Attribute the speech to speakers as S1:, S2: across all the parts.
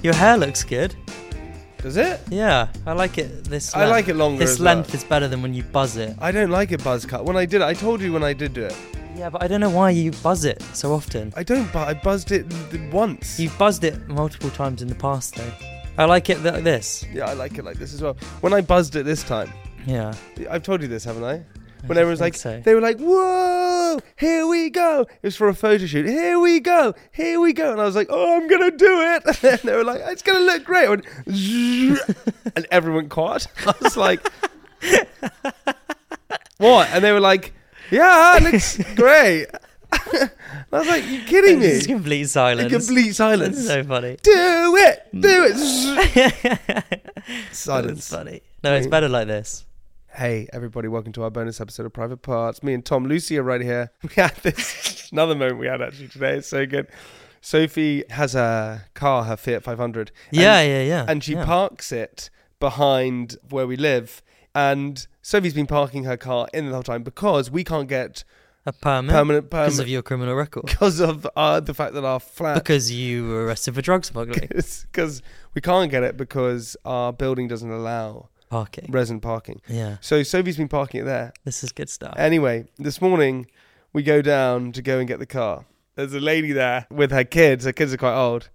S1: Your hair looks good.
S2: Does it?
S1: Yeah, I like it. This
S2: I
S1: length.
S2: like it longer
S1: This
S2: as well.
S1: length is better than when you buzz it.
S2: I don't like a buzz cut. When I did it, I told you when I did do it.
S1: Yeah, but I don't know why you buzz it so often.
S2: I don't, but I buzzed it th- once.
S1: You've buzzed it multiple times in the past, though. I like it like this.
S2: Yeah, I like it like this as well. When I buzzed it this time,
S1: Yeah.
S2: I've told you this, haven't I?
S1: I
S2: When
S1: don't
S2: everyone's
S1: think
S2: like,
S1: so.
S2: they were like, "Whoa, here we go!" It was for a photo shoot. Here we go, here we go, and I was like, "Oh, I'm gonna do it!" And then they were like, "It's gonna look great," I went, "Zzz," and everyone caught. I was like, "What?" And they were like, "Yeah, it looks great." And I was like, "You kidding
S1: This is
S2: me?"
S1: complete
S2: In
S1: silence.
S2: complete
S1: This
S2: silence.
S1: is Mm. so funny.
S2: do it, do it. Zzz.
S1: That's
S2: Silence.
S1: funny. No, it's better like this.
S2: Hey, everybody, welcome to our bonus episode of Private Parts. Me and Tom Lucy are right here. We had this another moment we had actually today. It's so good. Sophie has a car, her Fiat 500. and-
S1: Yeah, yeah, yeah.
S2: And she
S1: yeah.
S2: parks it behind where we live. And Sophie's been parking her car in the whole time because we can't get,
S1: a permit.
S2: permanent-
S1: Because of
S2: permanent-
S1: your criminal record.
S2: because of uh, the fact that our flat
S1: Because you were arrested for drug smuggling.
S2: because we can't get it because our building doesn't allow
S1: Parking.
S2: resident parking.
S1: Yeah.
S2: So Sophie's been parking it there.
S1: This is good stuff.
S2: Anyway, this morning we go down to go and get the car. There's a lady there with her kids. Her kids are quite old,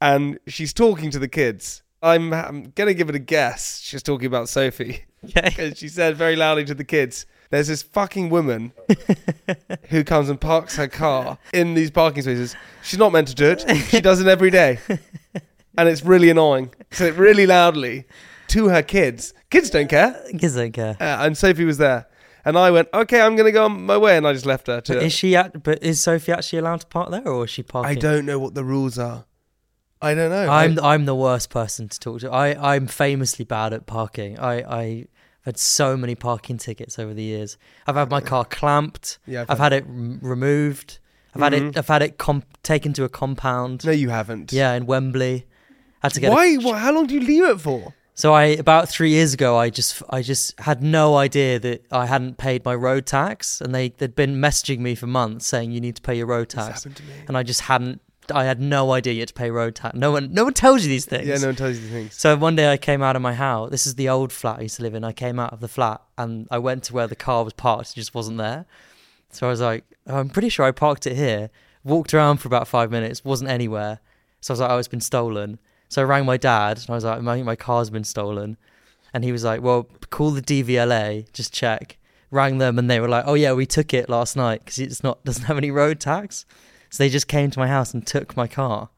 S2: and she's talking to the kids. I'm, I'm gonna give it a guess. She's talking about Sophie.
S1: Okay.
S2: 'Cause she said very loudly to the kids, "There's this fucking woman who comes and parks her car in these parking spaces. She's not meant to do it. She does it every day, and it's really annoying." Said it really loudly to her kids. Kids don't care.
S1: Kids don't care.
S2: Uh, and Sophie was there. And I went, okay, I'm going to go on my way. And I just left her to
S1: But is she at, but is Sophie actually allowed to park there or is she parking?
S2: I don't know what the rules are. I don't know.
S1: I'm
S2: I-
S1: I'm the worst person to talk to. I I'm famously bad at parking. I I had so many parking tickets over the years. I've had my car clamped.
S2: Yeah,
S1: I've,
S2: I've Mm-hmm.
S1: had, it rem- removed. I've had it. I've had it comp- taken to a compound.
S2: no, you haven't.
S1: Yeah, in Wembley. Had to get a-
S2: Why? Wha how long do you leave it for?
S1: so I about three years ago, I just I just had no idea that I hadn't paid my road tax, and they they'd been messaging me for months saying you need to pay your road tax,
S2: happened to me.
S1: and I just hadn't. I had no idea you had to pay road tax. No one no one tells you these things.
S2: Yeah, no one tells you the things.
S1: So one day I came out of my house. This is the old flat I used to live in. I came out of the flat and I went to where the car was parked. It just wasn't there. So I was like, "Oh, I'm pretty sure I parked it here. Walked around for about five minutes, wasn't anywhere. So I was like, oh, it's been stolen. So I rang my dad and I was like, I think my car's been stolen. And he was like, well, call the DVLA, just check. Rang them and they were like, oh yeah, we took it last night because it's not doesn't have any road tax. So they just came to my house and took my car.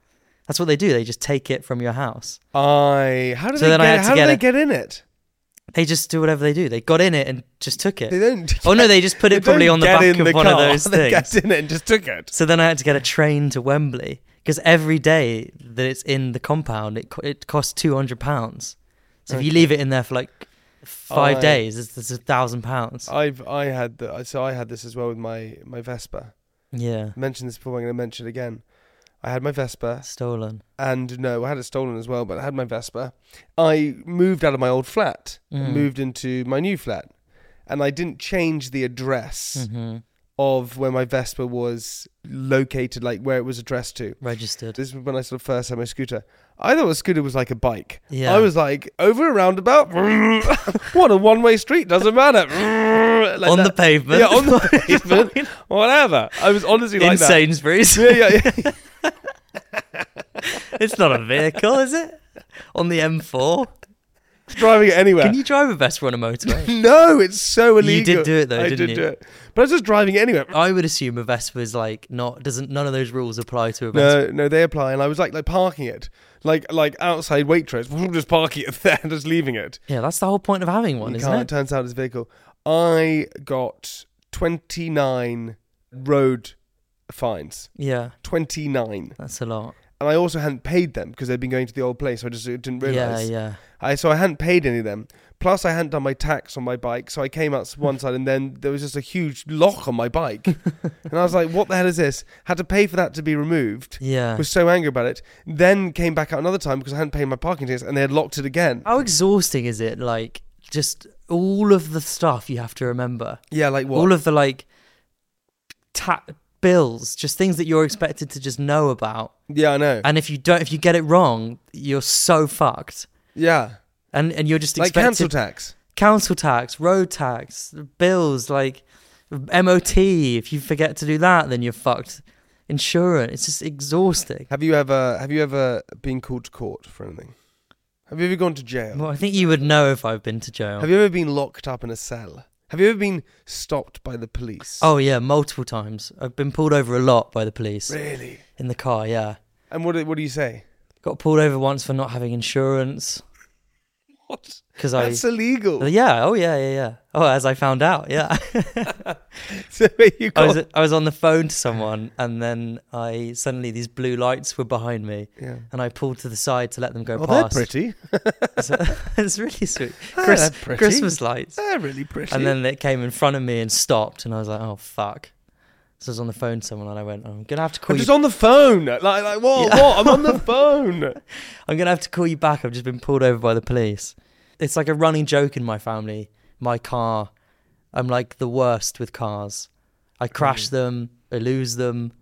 S1: That's what they do. They just take it from your house.
S2: I. How do
S1: So
S2: they
S1: then I
S2: get?
S1: had to
S2: how
S1: get
S2: do they
S1: it.
S2: get in it?
S1: They just do whatever they do. They got in it and just took
S2: They
S1: it.
S2: don't.
S1: Oh no, they just put
S2: they
S1: it probably
S2: don't
S1: on the
S2: get
S1: back
S2: in
S1: of
S2: the
S1: one of
S2: car.
S1: those
S2: They
S1: things.
S2: get in it and just took it.
S1: So then I had to get a train to Wembley because every day that it's in the compound, it co- it costs two hundred pounds. So if you leave it in there for like five
S2: Oh, I-
S1: days, it's, it's a thousand pounds.
S2: I've I had the so I had this as well with my my Vespa.
S1: Yeah,
S2: I mentioned this before. I'm going to mention it again. I had my Vespa.
S1: stolen.
S2: and no, I had it stolen as well, but I had my Vespa. I moved out of my old flat,
S1: Mm.
S2: and moved into my new flat, and I didn't change the address
S1: Mm-hmm.
S2: of where my Vespa was located, like where it was addressed to.
S1: Registered.
S2: This was when I sort of first had my scooter. I thought a scooter was like a bike.
S1: Yeah.
S2: I was like, over a roundabout? what a one way street, doesn't matter. Like
S1: On the
S2: that.
S1: pavement.
S2: Yeah, on the pavement. Whatever. I was honestly
S1: In
S2: like that.
S1: Sainsbury's.
S2: Yeah, yeah, yeah.
S1: it's not a vehicle, is it? On the M4.
S2: Driving it anywhere.
S1: Can you drive a Vespa on a motorway?
S2: No, it's so illegal.
S1: You did do it though,
S2: I
S1: didn't
S2: did
S1: you?
S2: do it, but I was just driving it anyway.
S1: I would assume a Vespa is like not doesn't none of those rules apply to a Vespa.
S2: No, no, they apply, and I was like, like parking it, like like outside Waitrose, just parking it there, and just leaving it.
S1: Yeah, that's the whole point of having one,
S2: You
S1: isn't
S2: can't.
S1: it?
S2: Turns out it's a vehicle. I got 29 road fines.
S1: Yeah,
S2: 29.
S1: that's a lot.
S2: And I also hadn't paid them because they'd been going to the old place. So I just uh, didn't
S1: Yeah,
S2: realize.
S1: yeah.
S2: I so I hadn't paid any of them. Plus, I hadn't done my tax on my bike, so I came out one side, and then there was just a huge lock on my bike, and I was like, "What the hell is this?" Had to pay for that to be removed.
S1: Yeah.
S2: Was so angry about it. Then came back out another time because I hadn't paid my parking tickets, and they had locked it again.
S1: How exhausting is it? Like just all of the stuff you have to remember,
S2: Yeah, like what?
S1: all of the like ta- bills, just things that you're expected to just know about.
S2: yeah, I know.
S1: And if you don't, if you get it wrong, you're so fucked.
S2: yeah,
S1: And and you're just
S2: like
S1: expected
S2: council tax.
S1: council tax, road tax, bills, like MOT. If you forget to do that, then you're fucked. Insurance. It's just exhausting.
S2: Have you ever have you ever been called to court for anything? Have you ever gone to jail?
S1: Well, I think you would know if I've been to jail.
S2: Have you ever been locked up in a cell? Have you ever been stopped by the police?
S1: oh yeah, multiple times. I've been pulled over a lot by the police
S2: really?
S1: in the car. Yeah,
S2: And what do- what do you say?
S1: got pulled over once for not having insurance
S2: What?
S1: because I.
S2: That's illegal.
S1: yeah. Oh, yeah, yeah, yeah. Oh, as I found out, yeah.
S2: so you
S1: I
S2: got
S1: was I was on the phone to someone, and then I suddenly these blue lights were behind me,
S2: yeah.
S1: and I pulled to the side to let them go
S2: Oh, they're
S1: past.
S2: pretty.
S1: So- it's really sweet.
S2: Ah,
S1: Chris-
S2: they're pretty.
S1: Christmas lights.
S2: They're really pretty.
S1: And then it came in front of me and stopped, and I was like, "Oh fuck!" So I was on the phone to someone, and I went, "I'm gonna have to
S2: I'm
S1: call you.
S2: just on the phone. Like, like what?
S1: Yeah.
S2: What? I'm on the phone.
S1: I'm gonna have to call you back. I've just been pulled over by the police." It's like a running joke in my family. My car. I'm like the worst with cars. I crash
S2: Mm.
S1: them. I lose them.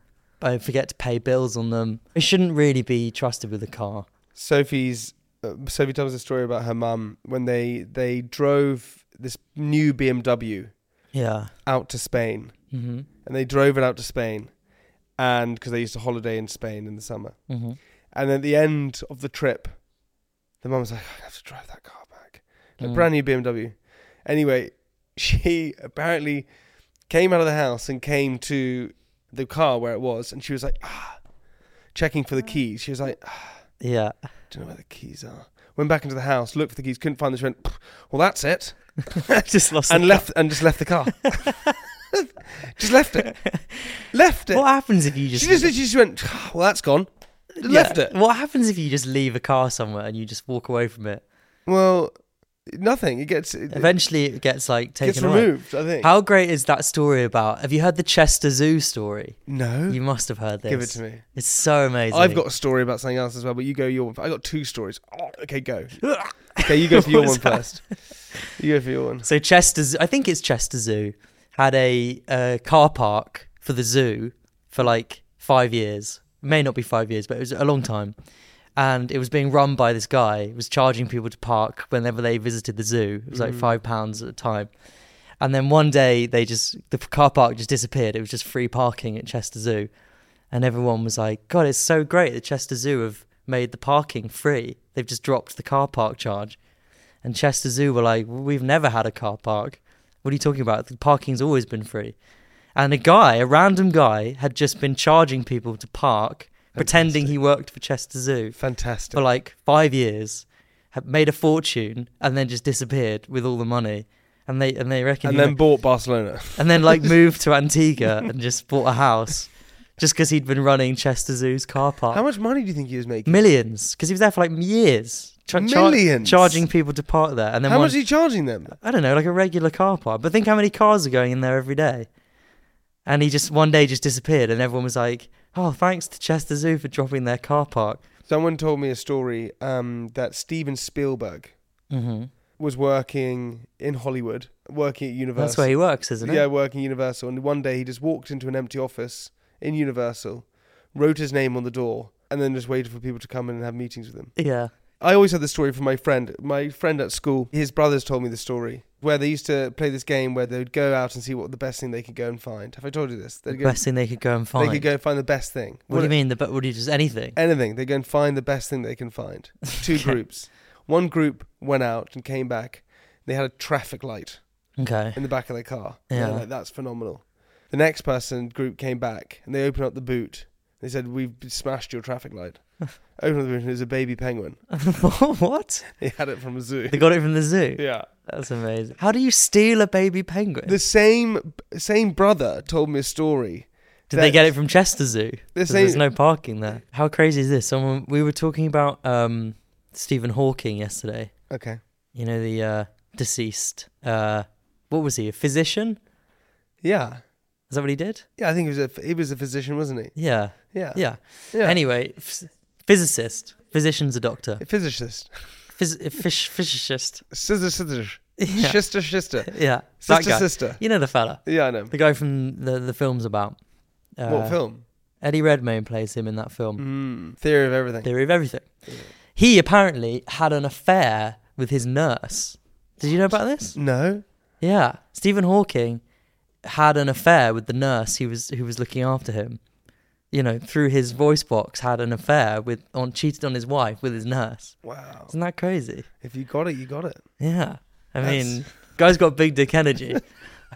S1: I forget to pay bills on them. I shouldn't really be trusted with a car.
S2: Sophie's. Uh, Sophie tells a story about her mum when they they drove this new BMW
S1: Yeah.
S2: out to Spain,
S1: hmm
S2: and they drove it out to Spain, and because they used to holiday in Spain in the summer,
S1: hmm
S2: and at the end of the trip, the mum was like, "I have to drive that car back." a
S1: Mm.
S2: brand new BMW. Anyway, she apparently came out of the house and came to the car where it was, and she was like, ah, checking for the keys. She was like, ah,
S1: Yeah.
S2: don't know where the keys are. Went back into the house, looked for the keys, couldn't find them. She went, well, that's it,
S1: just lost.
S2: and
S1: the
S2: left, and just left the car. just left it, left it.
S1: What happens if you just?
S2: she just, she just went, ah, well, that's gone.
S1: Yeah.
S2: Left it.
S1: What happens if you just leave a car somewhere and you just walk away from it?
S2: Well, nothing. It gets it, it
S1: Eventually, it gets like taken
S2: gets
S1: away.
S2: removed. I think.
S1: How great is that story about? Have you heard the Chester Zoo story?
S2: No,
S1: You must have heard this.
S2: give it to me.
S1: It's so amazing.
S2: I've got a story about something else as well, but you go your one. I got two stories. Oh, okay, go. Okay, you go for your
S1: What's
S2: one first. You go for your one.
S1: So Chester, Zoo- I think it's Chester Zoo, had a uh, car park for the zoo for like five years. May not be five years, but it was a long time. And it was being run by this guy who was charging people to park whenever they visited the zoo. It was
S2: Mm.
S1: like five pounds at a time. And then one day they just the car park just disappeared. It was just free parking at Chester Zoo, and everyone was like, "God, it's so great that Chester Zoo have made the parking free. They've just dropped the car park charge." And Chester Zoo were like, "We've never had a car park. What are you talking about? The parking's always been free." And a guy, a random guy, had just been charging people to park, pretending he worked for Chester Zoo
S2: Fantastic.
S1: for like five years, had made a fortune, and then just disappeared with all the money. And they and they reckon
S2: and
S1: he
S2: then bought Barcelona.
S1: and then like moved to Antigua and just bought a house just because he'd been running Chester Zoo's car
S2: How
S1: park.
S2: much money do you think he was making?
S1: Millions, because he was there for like years. Cha- cha-
S2: Millions?
S1: charging people to park there. And then
S2: How
S1: one,
S2: much are you charging them?
S1: I don't know, like a regular car park. But think how many cars are going in there every day. And he just one day just disappeared, and everyone was like, oh, thanks to Chester Zoo for dropping their car park.
S2: Someone told me a story um, that Steven Spielberg
S1: hmm
S2: was working in Hollywood, working at Universal.
S1: That's where he works, isn't it?
S2: yeah, working at Universal. And one day he just walked into an empty office in Universal, wrote his name on the door, and then just waited for people to come in and have meetings with him.
S1: Yeah.
S2: I always had the story from my friend. My friend at school, his brothers told me the story where they used to play this game where they would go out and see what the best thing they could go and find. Have I told you this?
S1: The
S2: They'd go,
S1: best thing they could go and
S2: they
S1: find.
S2: could go and find the best thing.
S1: what do you mean? The be- what do you just anything?
S2: Anything. They go and find the best thing they can find. Two groups. One group went out and came back. They had a traffic light
S1: Okay.
S2: in the back of their car. And they're
S1: Yeah.
S2: like, That's phenomenal. The next person group came back and they opened up the boot. They said, We've smashed your traffic light. Open up the boot and it was a baby penguin.
S1: what?
S2: They had it from a zoo.
S1: They got it from the zoo.
S2: Yeah.
S1: That's amazing. How do you steal a baby penguin?
S2: The same same brother told me a story.
S1: Did they
S2: that-
S1: get it from Chester Zoo? 'Cause
S2: same-
S1: There's no parking there. How crazy is this? Someone we were talking about um, Stephen Hawking yesterday.
S2: Okay.
S1: You know the uh, deceased. Uh, what was he? A physician?
S2: Yeah.
S1: Is that what he did?
S2: Yeah, I think he was a he was a physician, wasn't he?
S1: Yeah.
S2: Yeah.
S1: Yeah.
S2: Yeah.
S1: Anyway, f- physicist. Physician's a doctor.
S2: A physicist.
S1: Phys- a fish, physicist.
S2: Sister, sister.
S1: Yeah.
S2: Shister, shister.
S1: Yeah. that
S2: Sister,
S1: guy.
S2: sister.
S1: You know the fella.
S2: Yeah, I know.
S1: The guy from the, the film's about. Uh,
S2: What film?
S1: Eddie Redmayne plays him in that film.
S2: Mm, theory of everything.
S1: Theory of Everything. He apparently had an affair with his nurse. Did you know about this?
S2: No.
S1: Yeah, Stephen Hawking had an affair with the nurse who was who was looking after him. You know, through his voice box, had an affair with on cheated on his wife with his nurse.
S2: Wow.
S1: Isn't that crazy?
S2: If you got it, you got it.
S1: Yeah, I
S2: That's-
S1: mean, guy's got big dick energy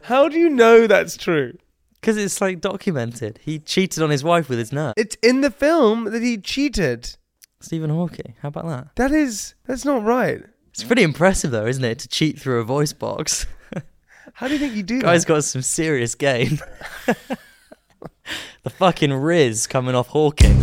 S2: How do you know that's true?
S1: because it's like documented. He cheated on his wife with his nurse.
S2: It's in the film that he cheated.
S1: Stephen Hawking, how about that?
S2: That is that's not right.
S1: It's pretty impressive though, isn't it, to cheat through a voice box?
S2: How do you think you do
S1: Guy's
S2: that?
S1: got some serious game. the fucking Riz coming off Hawking.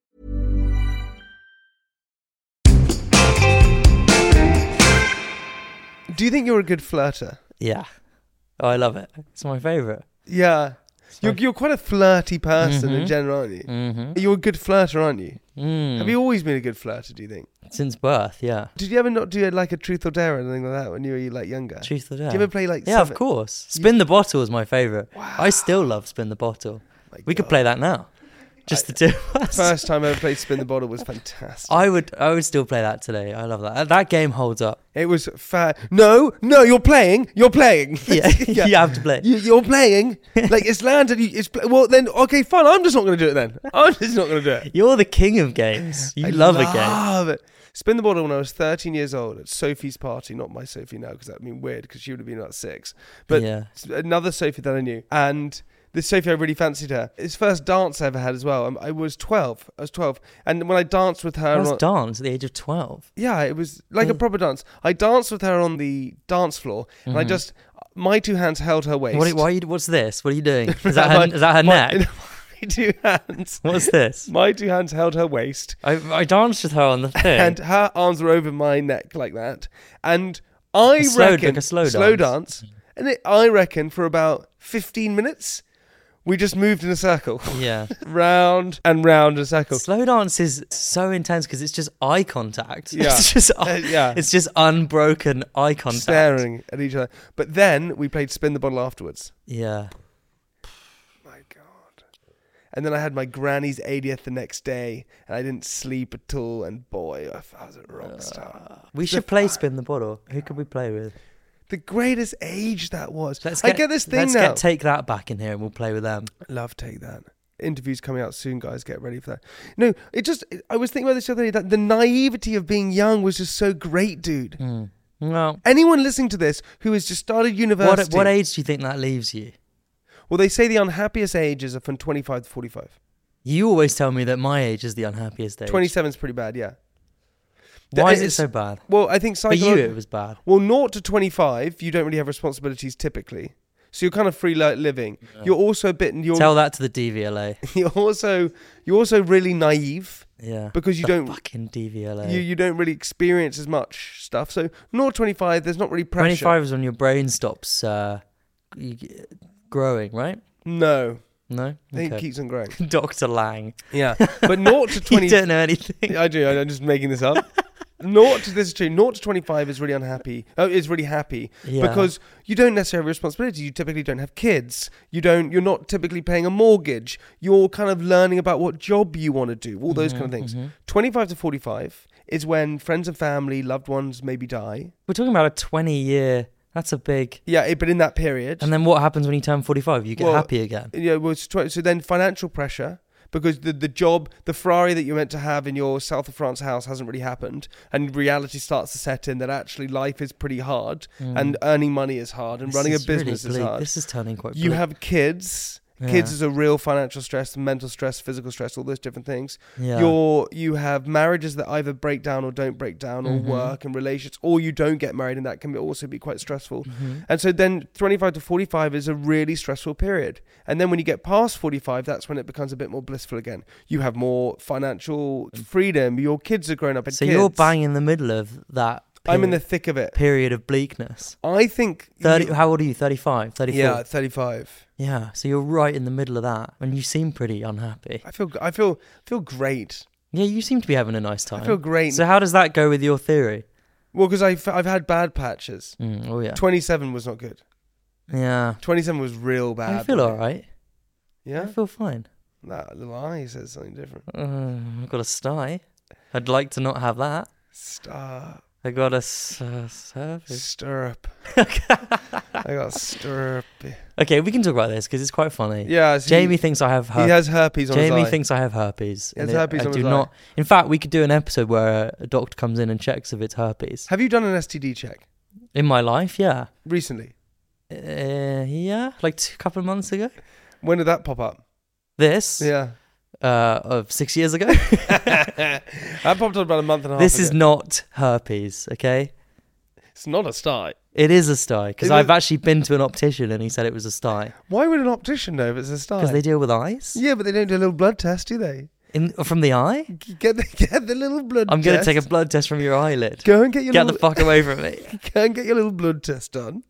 S2: Do you think you're a good flirter?
S1: Yeah. Oh, I love it. It's my favourite.
S2: Yeah. You're,
S1: my-
S2: you're quite a flirty person in
S1: Mhm.
S2: general, aren't you?
S1: Mm-hmm.
S2: You're a good flirter, aren't you?
S1: Mm.
S2: Have you always been a good flirter, do you think?
S1: Since birth, yeah.
S2: Did you ever not do like a truth or dare or anything like that when you were like younger?
S1: Truth or dare?
S2: Do you ever play like
S1: yeah, of
S2: seven-
S1: course. Spin the bottle is my favourite. I still love spin the bottle.
S2: Oh My
S1: We could
S2: God.
S1: play that now. Just the two of us.
S2: First time I ever played Spin the Bottle was fantastic.
S1: I would I would still play that today. I love that. Uh, That game holds up.
S2: It was fa- No, no, you're playing. You're playing.
S1: Yeah.
S2: Yeah.
S1: you have to play.
S2: You, you're playing. Like it's landed. You, it's pl- well then. Okay, fine. I'm just not going to do it then. I'm just not going to do it.
S1: You're the king of games. You
S2: I
S1: love, a game.
S2: love it. Spin the bottle when I was 13 years old at Sophie's party. Not my Sophie now, because that would been weird, because she would have been about six. But
S1: Yeah.
S2: s- another Sophie that I knew. And this Sophie, I really fancied her. It's the first dance I ever had as well. Um, I was 12. I was 12. And when I danced with her.
S1: I
S2: on-
S1: was dance at the age of twelve.
S2: yeah, it was like a
S1: Mm.
S2: proper dance. I danced with her on the dance floor, and I
S1: Mhm.
S2: just. My two hands held her waist.
S1: What, why you, what's this? What are you doing? Is that her, is that her
S2: My-
S1: neck?
S2: My two hands.
S1: What's this?
S2: My two hands held her waist,
S1: I, I danced with her on the thing.
S2: and her arms were over my neck like that. And I
S1: A slow-
S2: reckon
S1: like a slow
S2: dance.
S1: dance.
S2: and it, I reckon for about fifteen minutes, we just moved in a circle,
S1: yeah.
S2: round and round in a circle.
S1: Slow dance is so intense because it's just eye contact.
S2: Yeah.
S1: It's just
S2: Uh, yeah.
S1: It's just unbroken eye contact.
S2: Staring at each other, but then we played spin the bottle afterwards.
S1: Yeah.
S2: My God! And then I had my granny's 80th the next day, and I didn't sleep at all. And boy, I f- I was a rock star.
S1: Uh, We should play spin the bottle. Who could we play with?
S2: The greatest age that was.
S1: Let's
S2: I get this thing
S1: let's
S2: now.
S1: Get take that back in here and we'll play with them.
S2: Love take that. Interviews coming out soon, guys. Get ready for that. No, it just. I was thinking about this the other day that the naivety of being young was just so great, dude.
S1: Hmm. Well,
S2: Anyone listening to this who has just started
S1: what
S2: university,
S1: what age do you think that leaves you?
S2: well, they say the unhappiest ages are from 25 to 45.
S1: You always tell me that my age is the unhappiest age.
S2: 27 is pretty bad, yeah.
S1: Why is it
S2: It's-
S1: so bad?
S2: Well, I think
S1: For you,
S2: psychological.
S1: it was bad.
S2: Well, naught to 25, you don't really have responsibilities typically. So you're kind of free li- living. You're also a bit, you're,
S1: Tell that to the DVLA.
S2: you're also, you're also really naive
S1: Yeah.
S2: because you
S1: The
S2: don't,
S1: fucking DVLA.
S2: you, you don't really experience as much stuff. So naught to 25, there's not really pressure.
S1: 25 is when your brain stops uh, g- g- growing, right?
S2: No,
S1: No?
S2: I think it keeps on growing.
S1: Dr. Lang.
S2: Yeah, but naught to
S1: You
S2: 20.
S1: don't know anything.
S2: I do. I'm just making this up. Naught to this is true. Naught to twenty-five is really unhappy. Oh, is really happy
S1: Yeah.
S2: because you don't necessarily have responsibility. You typically don't have kids. You don't. You're not typically paying a mortgage. You're kind of learning about what job you want to do. All those kind of
S1: Mm-hmm.
S2: things. Twenty-five to forty-five is when friends and family, loved ones, maybe die.
S1: We're talking about a 20 year. That's a big.
S2: Yeah, it- but in that period,
S1: And then what happens when you turn 45? You get
S2: Well,
S1: happy again.
S2: yeah, well, it's tw- so then financial pressure because the the job, the Ferrari that you're meant to have in your South of France house hasn't really happened, and reality starts to set in that actually life is pretty hard, and earning money is hard,
S1: Mm.
S2: and
S1: This
S2: running a
S1: is really
S2: business is
S1: bleak.
S2: hard.
S1: This is turning quite.
S2: you
S1: bleak.
S2: have kids. Kids is a real financial stress, mental stress, physical stress, all those different things.
S1: Yeah.
S2: You're you have marriages that either break down or don't break down, or
S1: Mm-hmm.
S2: work and relationships, or you don't get married, and that can be- also be quite stressful.
S1: Mm-hmm.
S2: And so then 25 to 45 is a really stressful period. And then when you get past 45, that's when it becomes a bit more blissful again. You have more financial freedom. Your kids are grown up. And
S1: Mm. So you're
S2: kids.
S1: bang in the middle of that.
S2: I'm in the
S1: peri-
S2: thick of it.
S1: period of bleakness.
S2: I think.
S1: 30,
S2: you-
S1: how old are you? 35, 34?
S2: yeah, 35.
S1: Yeah, so you're right in the middle of that, and you seem pretty unhappy.
S2: I feel. I feel. feel great.
S1: Yeah, you seem to be having a nice time.
S2: I feel great.
S1: So how does that go with your theory?
S2: well, because I've I've had bad patches.
S1: Mm, oh yeah,
S2: 27 was not good.
S1: yeah.
S2: 27 was real bad.
S1: I feel all right. I
S2: Yeah.
S1: feel fine.
S2: That little eye says something different.
S1: Uh, I've got a sty. I'd like to not have that.
S2: Stop.
S1: I got a s- uh, cervix.
S2: Stirrup. I got stirrup.
S1: Okay, we can talk about this because it's quite funny.
S2: Yeah. so
S1: Jamie thinks I have
S2: He, he
S1: herpes.
S2: has herpes on
S1: Jamie
S2: his eye.
S1: thinks I have herpes.
S2: He has
S1: and it-
S2: herpes
S1: I
S2: on
S1: do
S2: his eye.
S1: not. In fact, we could do an episode where a, a doctor comes in and checks if it's herpes.
S2: Have you done an STD check
S1: In my life, yeah,
S2: recently?
S1: uh, yeah, like a couple of months ago.
S2: When did that pop up?
S1: This
S2: Yeah.
S1: uh, of six years ago.
S2: that popped up about a month and a half.
S1: this is
S2: ago.
S1: not herpes, okay?
S2: It's not a sty.
S1: It is a sty because
S2: It
S1: I've
S2: is-
S1: actually been to an optician and he said it was a sty
S2: Why would an optician know if it's a sty?
S1: because they deal with eyes
S2: yeah, but they don't do a little blood test, do they?
S1: in from the eye.
S2: G- Get the, get the little blood
S1: I'm
S2: test.
S1: gonna take a blood test from your eyelid.
S2: Go and get your
S1: Get the
S2: little,
S1: fuck away from me.
S2: go and get your little blood test done.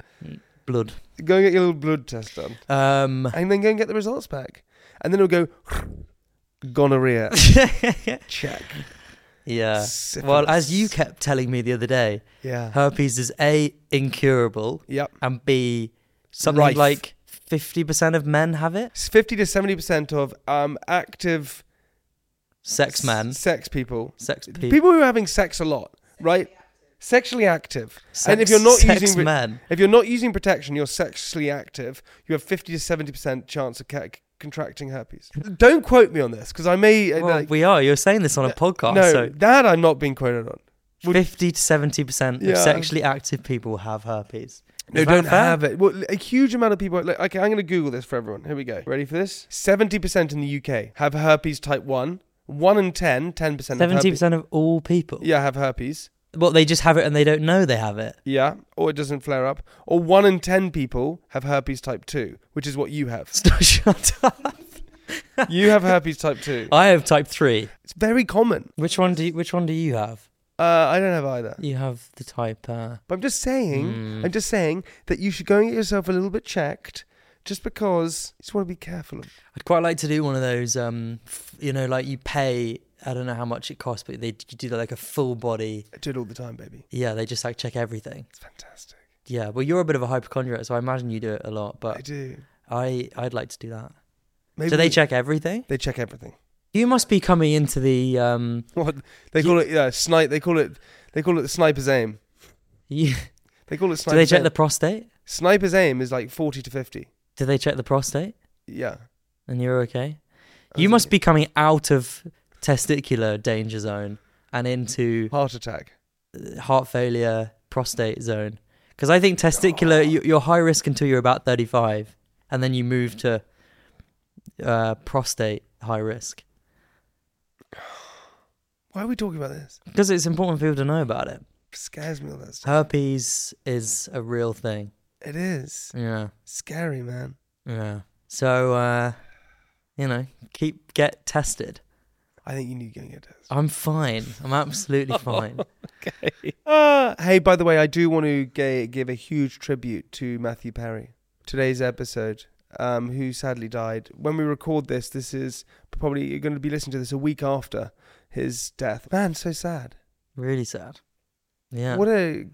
S1: Blood.
S2: Go and get your little blood test done.
S1: Um,
S2: and then go and get the results back. And then it'll go gonorrhea check.
S1: yeah.
S2: Syphilis.
S1: Well, as you kept telling me the other day,
S2: Yeah.
S1: herpes is a incurable
S2: Yep.
S1: and b something
S2: Rife.
S1: like fifty percent of men have it.
S2: It's 50 to 70% of um active
S1: Sex men,
S2: s- sex people.
S1: sex people,
S2: People who are having sex a lot, right? Sexually active.
S1: sex,
S2: and if you're not
S1: sex
S2: using re-
S1: men.
S2: if you're not using protection, you're sexually active. You have 50 to 70% chance of ca- contracting herpes. Don't quote me on this because I may uh,
S1: Well,
S2: like,
S1: we are. You're saying this on a podcast,
S2: No,
S1: so
S2: that I'm not being quoted on. Would-
S1: 50 to 70%
S2: Yeah.
S1: of sexually active people have herpes.
S2: No,
S1: Is that
S2: don't
S1: fair?
S2: have it. Well, a huge amount of people. Like, okay, I'm going to Google this for everyone. Here we go. Ready for this? Seventy percent in the UK have herpes type one. One in 10, 10 percent.
S1: 70% of all people.
S2: Yeah, have herpes.
S1: Well, they just have it and they don't know they have it.
S2: Yeah, or it doesn't flare up. Or one in ten people have herpes type two, which is what you have.
S1: Stop, shut up.
S2: you have herpes type two.
S1: I have type 3.
S2: It's very common.
S1: Which one do you, which one do you have?
S2: Uh, I don't have either.
S1: You have the type uh Hmm.
S2: But I'm just saying.
S1: Mm.
S2: I'm just saying that you should go and get yourself a little bit checked, just because you just want to be careful. Of.
S1: I'd quite like to do one of those um f- you know like you pay I don't know how much it costs but they you do like a full body
S2: I do it all the time, baby.
S1: yeah, they just like check everything.
S2: It's fantastic.
S1: Yeah, well you're a bit of a hypochondriac so I imagine you do it a lot
S2: I
S1: but
S2: do.
S1: I I'd like to do that.
S2: Maybe
S1: do Uh, they
S2: we-
S1: check everything?
S2: They check everything.
S1: You must be coming into the um
S2: What they call it? Yeah, snipe. They call it. They call it the sniper's aim.
S1: you,
S2: They call it
S1: Do they
S2: sniper's
S1: check
S2: aim.
S1: the prostate?
S2: sniper's aim is like forty to fifty.
S1: Do they check the prostate?
S2: Yeah.
S1: And you're okay.
S2: I
S1: You
S2: was
S1: must
S2: thinking-
S1: be coming out of testicular danger zone and into
S2: heart attack.
S1: heart failure, prostate zone. Because I think testicular, you, you're high risk until you're about 35, and then you move to uh, prostate high risk.
S2: Why are we talking about this?
S1: Because it's important for people to know about it.
S2: scares me all that stuff.
S1: Herpes is a real thing.
S2: It is
S1: Yeah,
S2: scary, man.
S1: yeah. So, uh, you know, keep get tested.
S2: I think you need to go and get tested.
S1: I'm fine. I'm absolutely fine.
S2: Okay. Uh, hey, by the way, I do want to ga- give a huge tribute to Matthew Perry. Today's episode, um, who sadly died. When we record this, this is probably you're going to be listening to this a week after his death. Man, so sad.
S1: Really sad. Yeah.
S2: What a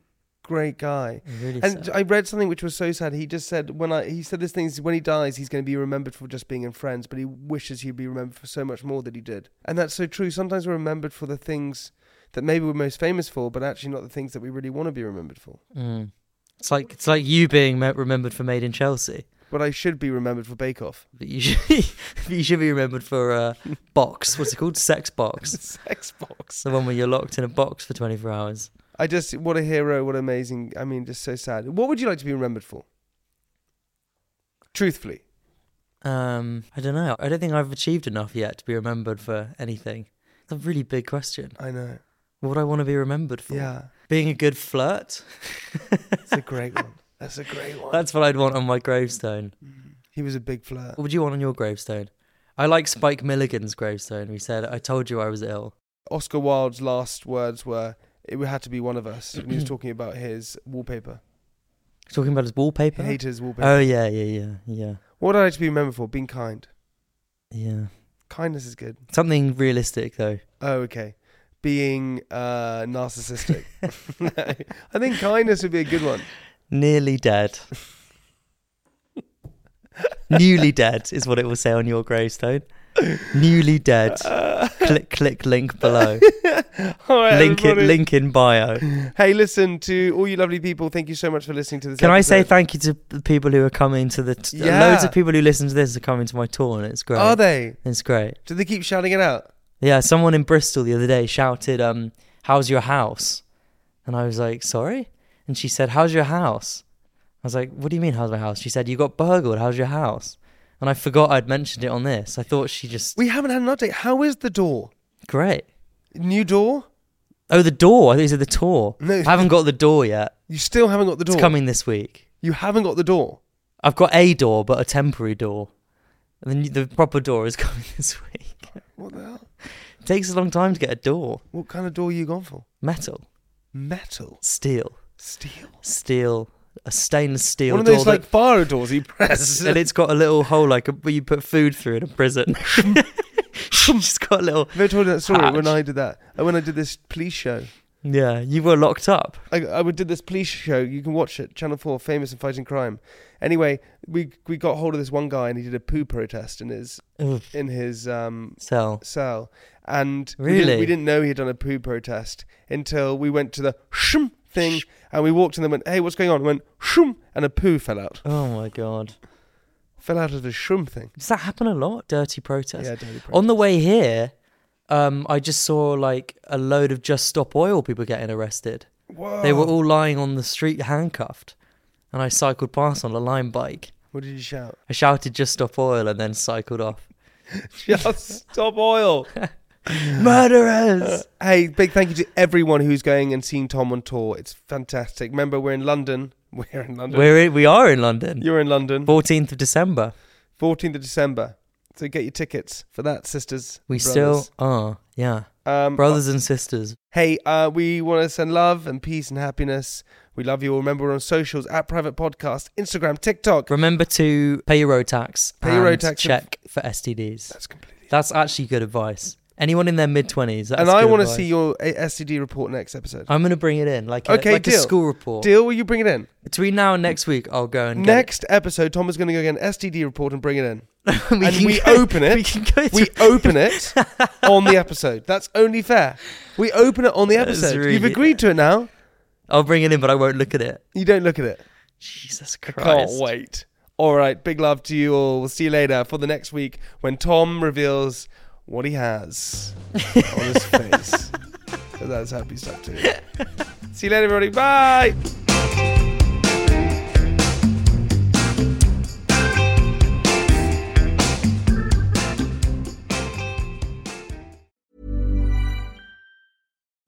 S2: great guy.
S1: really
S2: And
S1: sad.
S2: I read something which was so sad. He just said when I he said this thing is when he dies he's going to be remembered for just being in Friends, but he wishes he'd be remembered for so much more that he did. And that's so true. Sometimes we're remembered for the things that maybe we're most famous for, but actually not the things that we really want to be remembered for.
S1: Mm. It's like it's like you being me- remembered for Made in Chelsea,
S2: But I should be remembered for Bake Off,
S1: but you should but you should be remembered for uh, box. What's it called? Sex box.
S2: sex box.
S1: It's the one where you're locked in a box for 24 hours.
S2: I just what a hero, what amazing. I mean, just so sad. What would you like to be remembered for? Truthfully,
S1: Um, I don't know. I don't think I've achieved enough yet to be remembered for anything. It's a really big question.
S2: I know.
S1: What would I want to be remembered for?
S2: Yeah,
S1: Being a good flirt.
S2: it's a great one. That's a great one.
S1: That's what I'd want on my gravestone.
S2: he was a big flirt.
S1: What would you want on your gravestone? I like Spike Milligan's gravestone. We said, "I told you I was ill."
S2: Oscar Wilde's last words were, "It had to be one of us." When he was talking about his wallpaper,
S1: Talking about his wallpaper.
S2: he hated his wallpaper.
S1: Oh yeah, yeah, yeah, yeah,
S2: what would I like to be remembered for? Being kind.
S1: yeah.
S2: Kindness is good.
S1: Something realistic though.
S2: Oh, okay. Being uh, narcissistic. I think kindness would be a good one.
S1: Nearly dead. Newly dead is what it will say on your gravestone. Newly dead. click, click, link below.
S2: All right,
S1: link it.
S2: everybody.
S1: Link in bio.
S2: Hey, listen to all you lovely people. Thank you so much for listening to this.
S1: Can I say
S2: episode.
S1: thank you to the people who are coming to the? T- uh,
S2: Yeah.
S1: Loads of people who listen to this are coming to my tour, and it's great.
S2: Are they?
S1: It's great.
S2: Do they keep shouting it out?
S1: Yeah, someone in Bristol the other day shouted, um, "How's your house?" And I was like, "Sorry." And she said, "How's your house?" I was like, "What do you mean, how's my house?" She said, "You got burgled. How's your house?" And I forgot I'd mentioned it on this. I thought she just
S2: We haven't had an update. How is the door?
S1: great.
S2: New door?
S1: Oh, the door. I think it said the tour.
S2: No.
S1: I haven't got the door yet.
S2: You still haven't got the door.
S1: It's coming this week.
S2: You haven't got the door.
S1: I've got a door, but a temporary door. And the, the proper door is coming this week.
S2: What the hell?
S1: It takes a long time to get a door.
S2: What kind of door you gone for?
S1: Metal,
S2: Metal,
S1: steel,
S2: steel.
S1: steel, a stainless steel
S2: One of
S1: door.
S2: those
S1: that-
S2: like fire doors you press.
S1: and it's got a little hole like a, where you put food through in a prison. She's got a little.
S2: Have I told you that story when
S1: Hatch.
S2: I did that? Uh, When I did this police show,
S1: Yeah, you were locked up.
S2: I, I would- did this police show. You can watch it, Channel Four, famous and fighting crime. Anyway, we we got hold of this one guy and he did a poo protest in his
S1: Ugh,
S2: in his um,
S1: So
S2: cell, and we,
S1: Really?
S2: didn't, we didn't know he had done a poo protest until we went to the shum thing, and we walked in and went, "Hey, what's going on?" And went shum, and a poo fell out,
S1: Oh my god,
S2: fell out of the shum thing.
S1: does that happen a lot? Dirty protest.
S2: Yeah, dirty protest.
S1: On the way here, um, I just saw like a load of Just Stop Oil people getting arrested.
S2: Whoa.
S1: They were all lying on the street handcuffed, and I cycled past on a line bike.
S2: What did you shout?
S1: I shouted "Just Stop Oil" and then cycled off.
S2: Just stop oil.
S1: Murderers!
S2: Hey, big thank you to everyone who's going and seeing Tom on tour. It's fantastic. Remember, we're in London. We're in London.
S1: We're in, we are in London.
S2: You're in London.
S1: 14th of December.
S2: 14th of December. So get your tickets for that, sisters.
S1: We
S2: and
S1: still
S2: brothers.
S1: are, yeah.
S2: Um,
S1: Brothers and sisters.
S2: Hey, uh, we want to send love and peace and happiness. We love you all. Remember, we're on socials at Private Podcast, Instagram, TikTok.
S1: Remember to pay your road tax.
S2: Pay your road
S1: and
S2: tax and-
S1: Check for STDs.
S2: That's completely.
S1: That's actually good advice. Anyone in their mid twenties.
S2: and I
S1: want to
S2: see your uh, STD report next episode.
S1: I'm going to bring it in like a,
S2: Okay,
S1: like a
S2: deal.
S1: school report.
S2: Deal, will you bring it in?
S1: Between now and next week, I'll go and
S2: Next episode, Tom is going to go get an STD report and bring it in.
S1: Get it.
S2: and
S1: can
S2: we
S1: go-
S2: open it.
S1: We can go.
S2: We
S1: through-
S2: open it on the episode. That's only fair. We open it on the
S1: That is
S2: episode.
S1: really-
S2: You've agreed to it now.
S1: I'll bring it in, but I won't look at it.
S2: You don't look at it.
S1: Jesus
S2: Can't
S1: Christ!
S2: wait. All right. Big love to you all. We'll see you later for the next week when Tom reveals what he has on his face. So that's happy stuff too. see you later, everybody. Bye.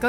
S3: Go